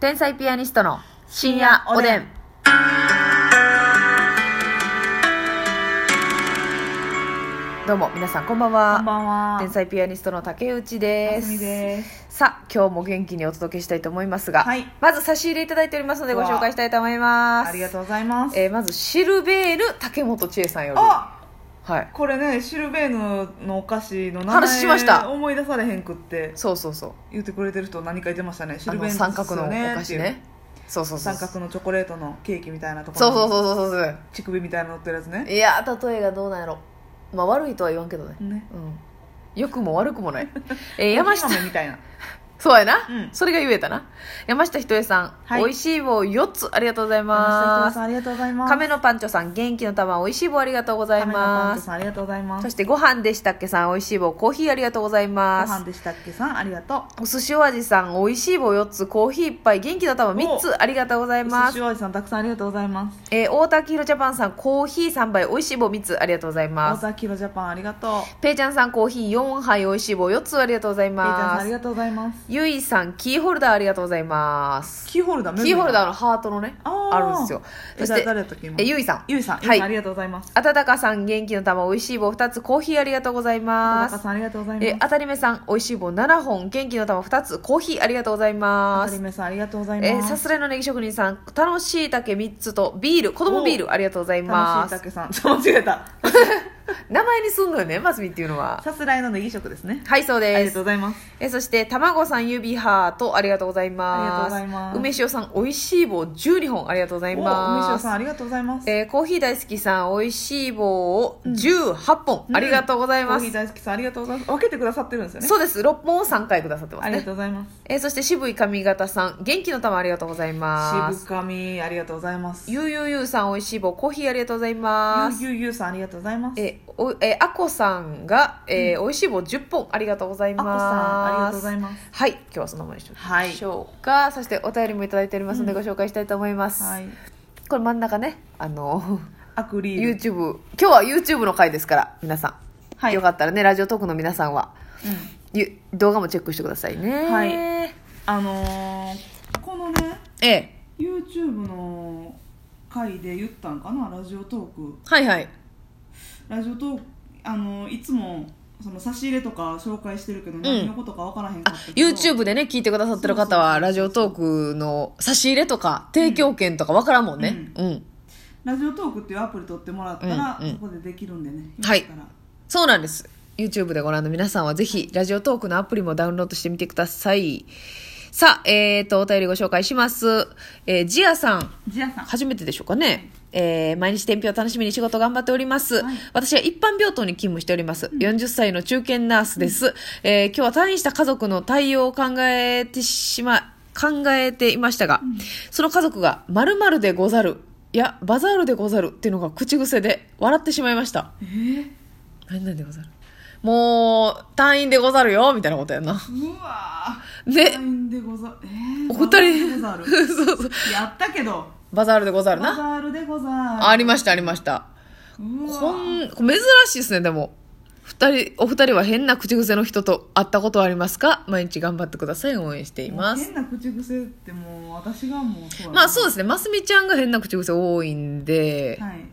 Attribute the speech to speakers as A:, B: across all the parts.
A: 天才ピアニストの深夜おでん。どうも皆さんこんばんは。
B: こんばんは。
A: 天才ピアニストの竹内で
B: ますすみです。
A: さあ今日も元気にお届けしたいと思いますが、
B: はい
A: まず差し入れいただいておりますのでご紹介したいと思います
B: ありがと
A: う
B: うございます。
A: えーまずシルベール竹本千恵さんより
B: あ
A: はい
B: これね、シルベーヌのお菓子の名前
A: 話しました
B: 思い出されへんくって
A: そうそうそう
B: 言ってくれてる人何か言ってましたね。シ
A: あ
B: ルベー
A: の
B: ヌ
A: 三角のお菓子
B: ですよっていう
A: ねそうそうそう
B: 三角のチョコレートのケーキみたいなところ
A: そう
B: に
A: そうそうそうそう
B: 乳首みたいなの乗ってるやつ
A: そう
B: ね。
A: いやー例えがどうなんやろまあ悪いとは言わんけどね
B: ね。
A: うん良くも悪くも ない、えー山下
B: コーヒー豆みたいな。
A: そうやな、
B: うん
A: それが言えたな山下ひとえさん、
B: はい
A: 美味しい棒4つありがとうございま
B: 山下ひとり
A: す
B: さんありがとうございます。
A: 亀のパンチョさん元気の玉美味しい棒ありがとうござい
B: 亀のパン
A: ま
B: チョ
A: す
B: さんありがとうございま
A: そ
B: す。
A: してご飯でしたっけさん美味しい棒コーヒーありがとうござい
B: ご
A: ま
B: 飯
A: す
B: でしたっけさんありがとう。
A: お寿司お味さん美味しい棒4つコーヒー1杯元気の玉3つありがとうございま
B: 寿
A: す
B: 司おじさんたくさんありがとうございます。
A: えー、太田黄色ジャパンさんコーヒー3杯美味しい棒3つありがとうございま
B: 大
A: す
B: 田キロジャパンありがとう。
A: ペイちゃんさんコーヒー4杯美味しい棒4つありがとうござい
B: ペイちゃんさん
A: ま
B: あり
A: す
B: がとうございます。
A: ゆいさんキーホルダーありがとうございます
B: キーホルダー
A: キーホルダー
B: ー
A: のハートのね
B: あ
A: あ
B: ー
A: るんですよそ
B: え
A: して
B: 誰だったっけ今
A: えゆいさん
B: ゆいさん、
A: は
B: ゆいさんあ
A: い
B: りがとうございます
A: あたたかさん元気の玉美味しい棒2つコーヒーありがとうござい
B: 田
A: ます
B: 中さんありがとうございます
A: え当たり目さん美味しい棒7本元気の玉2つコーヒーありがとうござい
B: あ
A: ま
B: たり
A: す
B: めさんありがとうございます
A: えさすらいのネギ職人さん楽しい竹3つとビール子供ビールありがとうございま
B: 楽しい
A: す
B: たけさん ちょっと間違えた
A: 名前にすんのよねますみっていうのは
B: さすらいのネギ食ですね
A: はいそう
B: あり
A: で
B: がとう
A: す
B: ございます
A: えそして卵さん指ハートありがとうござい
B: あ
A: ま
B: りがとうご
A: す
B: ざいます
A: 梅塩さん美味しい棒12本ありがとうござい
B: お
A: ます
B: 梅塩さんありがとうございます
A: えーコーヒー大好きさん美味しい棒を18本、ありがとうございま
B: コー
A: す、
B: ヒー大好きさんありがとうございます分けてくださってるんですよね
A: そうです6本を3回くださってま
B: あ
A: す
B: りが
A: ね
B: とうございます
A: えーそして渋い髪型さん元気の玉ありがとうございます
B: 渋神ありがとうございますゆ
A: ゆうゆうゆうさん美味しい棒コーヒーありがとうございます
B: ゆゆゆさんありがとうございます
A: えーおえーあこさんが、えー美味しい棒10本ありがとうござい
B: あ
A: ま
B: こ
A: す
B: さんありがとうございます
A: はい今日はそのままにしておきましょうか、そしてお便りもいただいておりますのでご紹介したいと思います、
B: はい
A: これ真ん中ねあの
B: アクリル
A: YouTube 今日は YouTube の回ですから皆さん、
B: はい
A: よかったらねラジオトークの皆さんは
B: うん
A: ゆ動画もチェックしてくださいね
B: はい
A: え
B: あのーこのね
A: え
B: YouTube の回で言ったんかなラジオトーク
A: はいはい
B: ラジオトークあのいつもその差し入れとか紹介してるけど、何のことか分からへんか
A: あ
B: ったけど
A: YouTube でね聞いてくださってる方
B: そうそうそ
A: は
B: う
A: ラジオトークの差し入れとか提供券とかわからんもんねうん、
B: ラジオトークっていうアプリ取ってもらったら、
A: うんうん
B: そこでできるんでね
A: はい
B: よかったら
A: そうなんです YouTube でご覧の皆さんはぜひラジオトークのアプリもダウンロードしてみてくださいさあえー、とお便りご紹介します、えージアさん
B: ジアさん
A: 初めてでしょうかね、えー毎日天日を楽しみに仕事頑張っております、
B: はい
A: 私は一般病棟に勤務しております、40歳の中堅ナースです、えー今日は退院した家族の対応を考えてしま考えていましたが、その家族が「まるでござる」いや「バザールでござる」っていうのが口癖で笑ってしまいました
B: えー、
A: 何なんでござるもう退院でござるよみたいなことやな
B: うわ
A: ね
B: サインでござえー、
A: お二人
B: バザールでご ざ
A: そうそう
B: るやったけど
A: バザールでござる
B: バザ
A: な
B: ールでござる
A: ありましたありました
B: うわ
A: こん珍しいですねでも二人お二人は変な口癖の人と会ったことはありますか毎日頑張ってください応援していま
B: もう
A: す
B: 変な口癖ってもう私がもうそうやな
A: まあそうですねますみちゃんが変な口癖多いんで、
B: はい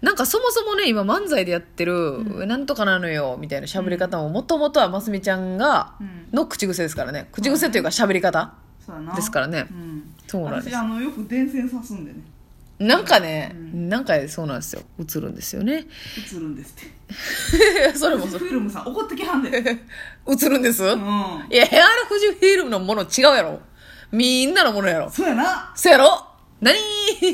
A: なんかそもそもね今漫才でやってる、なんとかなのよみたいな喋り方ももともとはますみちゃんが
B: うん
A: の口癖ですからね口癖というか喋り方、
B: そうやな
A: ですからね
B: うん、
A: そうなんです
B: 私あのよく電線刺すんでね
A: なんかね、
B: うん
A: なんかそうなんですよ映るんですよ ね
B: 映るんですって
A: それも
B: フ
A: そう
B: ィルムさん怒ってきは んで
A: 映るんです、
B: うん
A: いやヘアラフジフィルムのもの違うやろみんなのものやろ
B: そうやな
A: そやろ何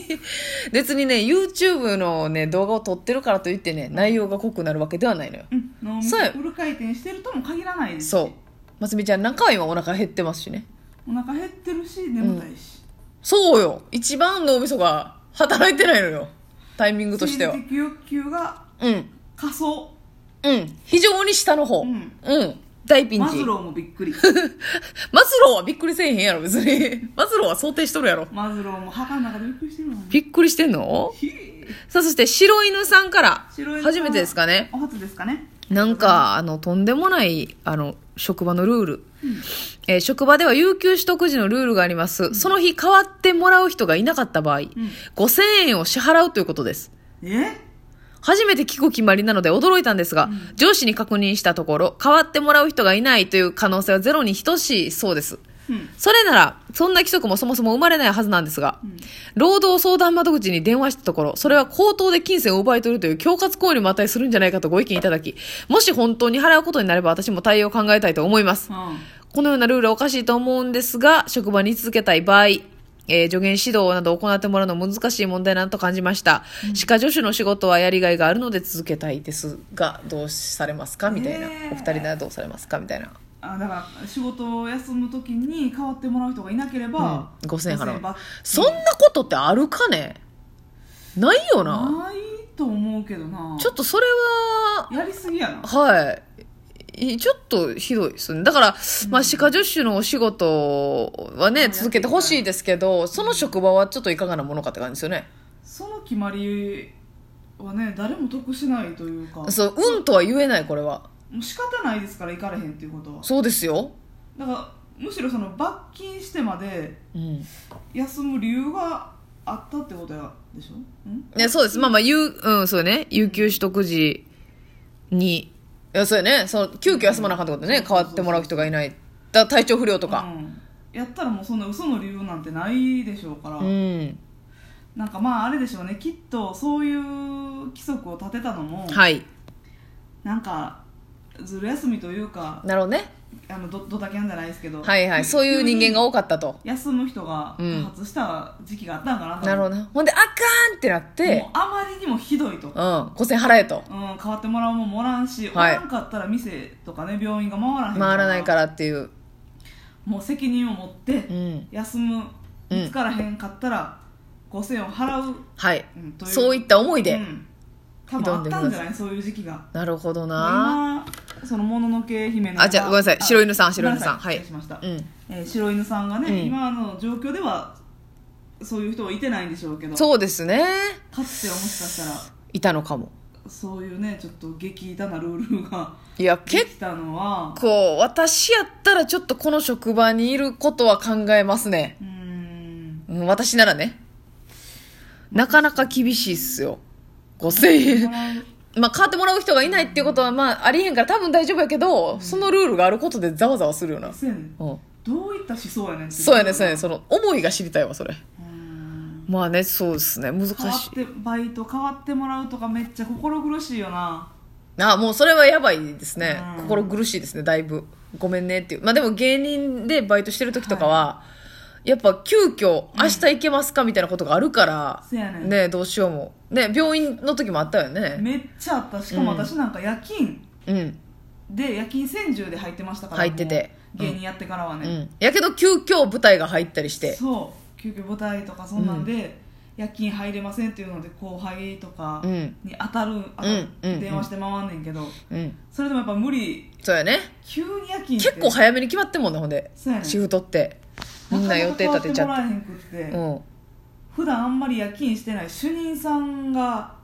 A: 別にね、YouTube のね、動画を撮ってるからといってね、内容が濃くなるわけではないのよ。
B: うんの
A: そうや
B: フル回転してるとも限らないですし
A: そう。ますみちゃん、中は今お腹減ってますしね。
B: お腹減ってるし眠たいし、
A: そうよ。一番脳みそが働いてないのよ。タイミングとしては
B: 生。理的欲求が
A: うん。
B: 仮想
A: うん。非常に下の方。う
B: うんん。
A: 大ピンチ。
B: マズローもびっ くり
A: マズローはびっくりせえへんやろ、別に。 マズローは想定しとるやろ。
B: マズローも墓の中でびっくりしてるわ
A: びっくりしてんの
B: ひー
A: さあ、そして白犬さんから
B: 白、犬さん
A: 初めてですかね。
B: お初ですかね
A: なんか、あの、とんでもない、あの、職場のルール、えー職場では有給取得時のルールがあります、その日代わってもらう人がいなかった場合、5000円を支払うということです
B: え
A: 初めて聞く決まりなので驚いたんですが、上司に確認したところ代わってもらう人がいないという可能性はゼロに等しいそうです
B: うん
A: それならそんな規則もそもそも生まれないはずなんですが、労働相談窓口に電話したところそれは口頭で金銭を奪い取るという恐喝行為にも値するんじゃないかとご意見いただきもし本当に払うことになれば私も対応を考えたいと思います
B: あ
A: このようなルールはおかしいと思うんですが、職場に居続けたい場合、えー助言指導などを行ってもらうのは難しい問題なのと感じました。歯科助手の仕事はやりがいがあるので続けたいですが、どうされますかみたいな。
B: ねえ
A: お二人ならどうされますかみたいな。
B: あだから仕事を休む時に代わってもらう人がいなければ、
A: うん5000円払う
B: ば
A: そんなことってあるかねないよな。
B: ないと思うけどな
A: ちょっとそれは、
B: やりすぎやな
A: はい。いちょっとひどいですね。だから、まあ、歯科助手のお仕事はね、
B: うん
A: 続けてほしいですけど、その職場はちょっといかがなものかって感じですよね。
B: その決まりはね誰も得しないというか
A: そう、うんとは言えない、これは。
B: もう仕方ないですから行かれへんっていうことは
A: そうですよ。
B: だからむしろその罰金してまで
A: うん。
B: 休む理由があったってことやでしょん
A: ね、そうです。まあまあ、有、うん、そうよね。有給取得時に、いや、そうよね。その、急遽休まなあかんってことね。代わってもらう人がいない。だから体調不良とか。
B: うん、やったらもうそんな嘘の理由なんてないでしょうから、
A: うん。
B: なんかまああれでしょうねきっとそういう規則を立てたのも、
A: はい。
B: なんかずる休みというか
A: なるほどね。
B: あのどドタキャンじゃないですけど
A: はいはい。そういう人間が多かったと。
B: 休む人が
A: うん
B: 多発した時期があったんかなと
A: なるほどな。ほんで、あかんってなって、
B: もうあまりにもひどいと、うん、
A: うん、5000払えと。
B: 変わってもらうもんもおらんし、
A: はい
B: おらんかったら店とかね病院が回らへん
A: 回らないからっていう。
B: もう責任を持って
A: うん。
B: 休む
A: うん
B: 見つからへんかったら5000円を払う、
A: はい。
B: うん、という
A: そういった思いで。
B: うん、多分あったんじゃないそういう時期が
A: なるほどな。
B: 今そのもののけ姫の
A: あじゃあごめんなさい白犬さん白犬さん
B: ごめ
A: はい
B: なさ失礼しました、
A: うん。
B: えー白犬さんがね、
A: うん
B: 今の状況ではそういう人はいてないんでしょうけど
A: そうですね。
B: かつてはもしかしたら
A: いたのかも。
B: そういうねちょっと激痛なルールが
A: いや、
B: で
A: 結
B: きたのは
A: 構、私やったらちょっとこの職場にいることは考えますね。
B: うーん
A: うん、私ならね。なかなか厳しいっすよ。5000円。まあ、買ってもらう人がいないっていうことは、まあ、ありえへんから多分大丈夫やけど、そのルールがあることでざわざわするよな。
B: そうやねん
A: うん。
B: どういった思想やねんってい
A: そうやね、そうやね。その、思いが知りたいわ、それ。
B: うーん
A: まあね、そうですね。難し
B: 変わ
A: い
B: っ。てバイト変わってもらうとかめっちゃ心苦しいよな
A: なあもうそれはやばいですね、
B: うん
A: 心苦しいですねだいぶごめんねっていうまあでも芸人でバイトしてる時とかは、やっぱ急遽明日行けますかみたいなことがあるから、
B: そうやねん
A: ねどうしようもね病院の時もあったよね
B: めっちゃあったしかも私なんか夜勤
A: うん
B: で夜勤専従で入ってましたから
A: 入ってて
B: もう芸人やってからは
A: う
B: ね、
A: んやけど急遽舞台が入ったりして
B: そう急遽舞台とかそんなんで、夜勤入れませんっていうので後輩とか
A: うん
B: に当たる、当た
A: うんうんうん
B: 電話して回んねんけど
A: うん
B: それでもやっぱ無理
A: そうやね
B: 急に夜勤って
A: 結構早めに決まってんもんねほんで
B: そうやねん
A: シフトってみんな予定立てちゃ
B: な
A: っ
B: か
A: て
B: なか変わってもらえへんくって、
A: うん
B: 普段あんまり夜勤してない主任さんが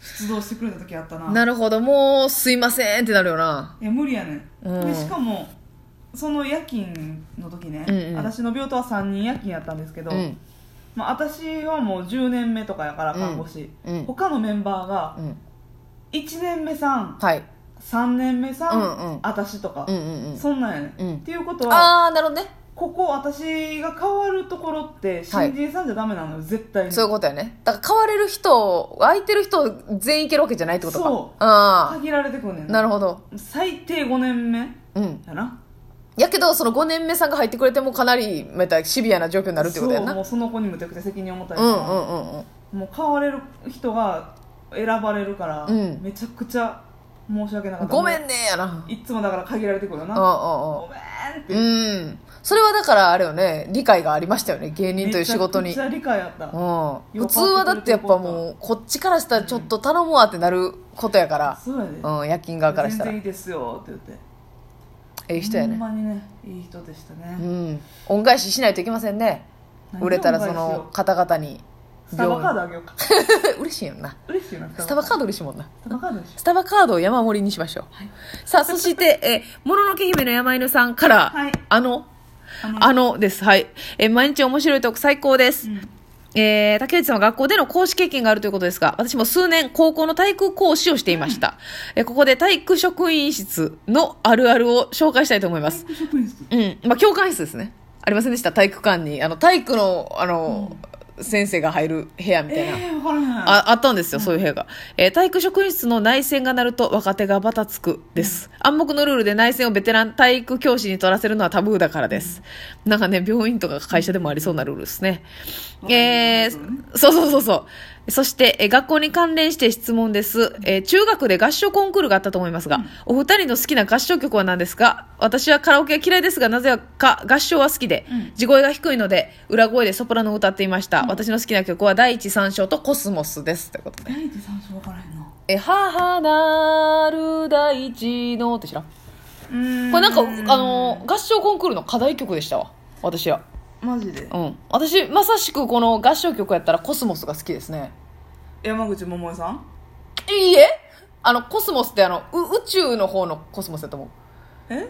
B: 出動してくれた時あったな
A: なるほどもうすいませんってなるよない
B: や無理やねん、
A: うん
B: でしかもその夜勤の時ね、
A: うんうん
B: 私の病棟は3人夜勤やったんですけど、
A: うん
B: まあ、私はもう10年目とかやから
A: うん
B: 看護師、
A: うん
B: 他のメンバーが
A: うん
B: 1年目さん
A: はい
B: 3年目さん、
A: うんうん
B: 私とか
A: う、んうんうん
B: そんなんやね、
A: うん
B: ん、っていうことは
A: ああなるほどね
B: ここ私が変わるところって新人さんじゃダメなのよ、絶対に
A: そういうことやね。だから変われる人、空いてる人全員いけるわけじゃないってことか。
B: そう
A: あ
B: 限られてくんねん
A: あ、なるほど。
B: 最低5年目
A: うん。
B: やな
A: やけど、その5年目さんが入ってくれてもかなり、またシビアな状況になるってことや
B: そ
A: な。
B: う
A: う
B: もうその子にむちゃくちゃ責任を持たり
A: んうんうんうん。
B: もう変われる人が選ばれるから、
A: うん
B: めちゃくちゃ申し訳なかった
A: ごめんねやな。
B: もういつもだから限られてくるよな
A: う
B: ごめんって
A: んうんうん。うん。それはだからあれよね、理解がありましたよね、芸人とい
B: め
A: う
B: ち
A: 仕
B: ゃ
A: 事
B: く
A: に。
B: ち
A: うん。
B: ゃ理解あった、
A: 普通はだってやっぱもう、こっちからしたらちょっと頼むわってなることやから。
B: そうやで、
A: うん、夜勤側からし
B: 全
A: たら。
B: 然い
A: え
B: いですよって言って
A: え人やね。
B: ほんまにねいい人でしたね
A: う、ん、恩返ししないといけませんね
B: 何が
A: 売れたらそ
B: 恩返し
A: の
B: よ
A: 方々に
B: スタバカードあげようか
A: 嬉しいよな
B: 嬉しいよな
A: スタバカード嬉しいもんな
B: スタバカードでしょ
A: スタバカードを山盛りにしましょう、さあそしてえーもののけ姫の山犬さんから、
B: はい
A: あの
B: あの
A: あのですはいえー毎日面白いトーク最高です、
B: うん
A: えー竹内さんは学校での講師経験があるということですが、私も数年高校の体育講師をしていました。えーここで体育職員室のあるあるを紹介したいと思います。
B: 職員室
A: うん。まあ、教官室ですね。ありませんでした体育館に、あの、体育の、あの、先生が入る部屋みたい
B: え
A: な。
B: えー、分からへん
A: ああったんですよ、そういう部屋が。えー体育職員室の内戦が鳴ると若手がバタつくです。暗黙のルールで内戦をベテラン体育教師に取らせるのはタブーだからです。なんかね、病院とか会社でもありそうなルールですね。え
B: そうね
A: ー、そうそうそうそう。そして、えー学校に関連して質問です。えー中学で合唱コンクールがあったと思いますが、お二人の好きな合唱曲は何ですか私はカラオケが嫌いですが、なぜか合唱は好きで、
B: うん
A: 地声が低いので、裏声でソプラノを歌っていました。私の好きな曲は、第一三章とコスモスです。ということで。
B: 第一三章分からへんな
A: え、母なる大地のって知らんこ
B: うー
A: れなんか、あのー、合唱コンクールの課題曲でしたわ。私は。
B: マジで
A: うん。私、まさしくこの合唱曲やったらコスモスが好きですね。
B: 山口百恵さん
A: いいえあのコスモスってあのう宇宙の方のコスモスだと思う
B: え宇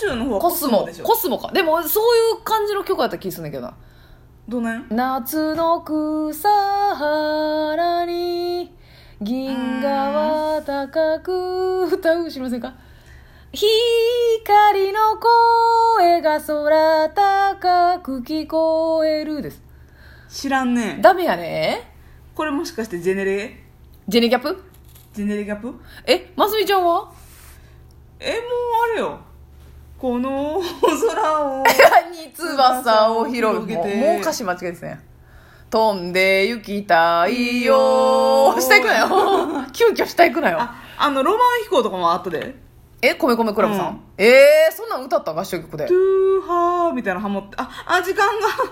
B: 宙の方は
A: コ
B: コ
A: ス
B: ス
A: モ
B: モでしょ
A: コスモかでもそういう感じの曲やった気するんだけどな
B: どの辺
A: 夏の草原に銀河は高く歌う知りませんか光の声が空高く聞こえるです
B: 知らんね
A: ダメやね
B: これもしかしてジェネレ
A: ジェネギャップ
B: ジェネレギャップ
A: えますみちゃんは
B: えもうあれよこの空を
A: に翼を広げて
B: もうもう
A: う
B: 歌
A: 詞間違いですね飛んで行きたいよしたいくな よ急遽したいくなよ
B: ああのロマン飛行とかもあったで
A: え米米クラブさん、
B: うん
A: ええー、そんなん歌った合唱曲
B: 「
A: で
B: トゥーハー」みたいなのハモってああ時間が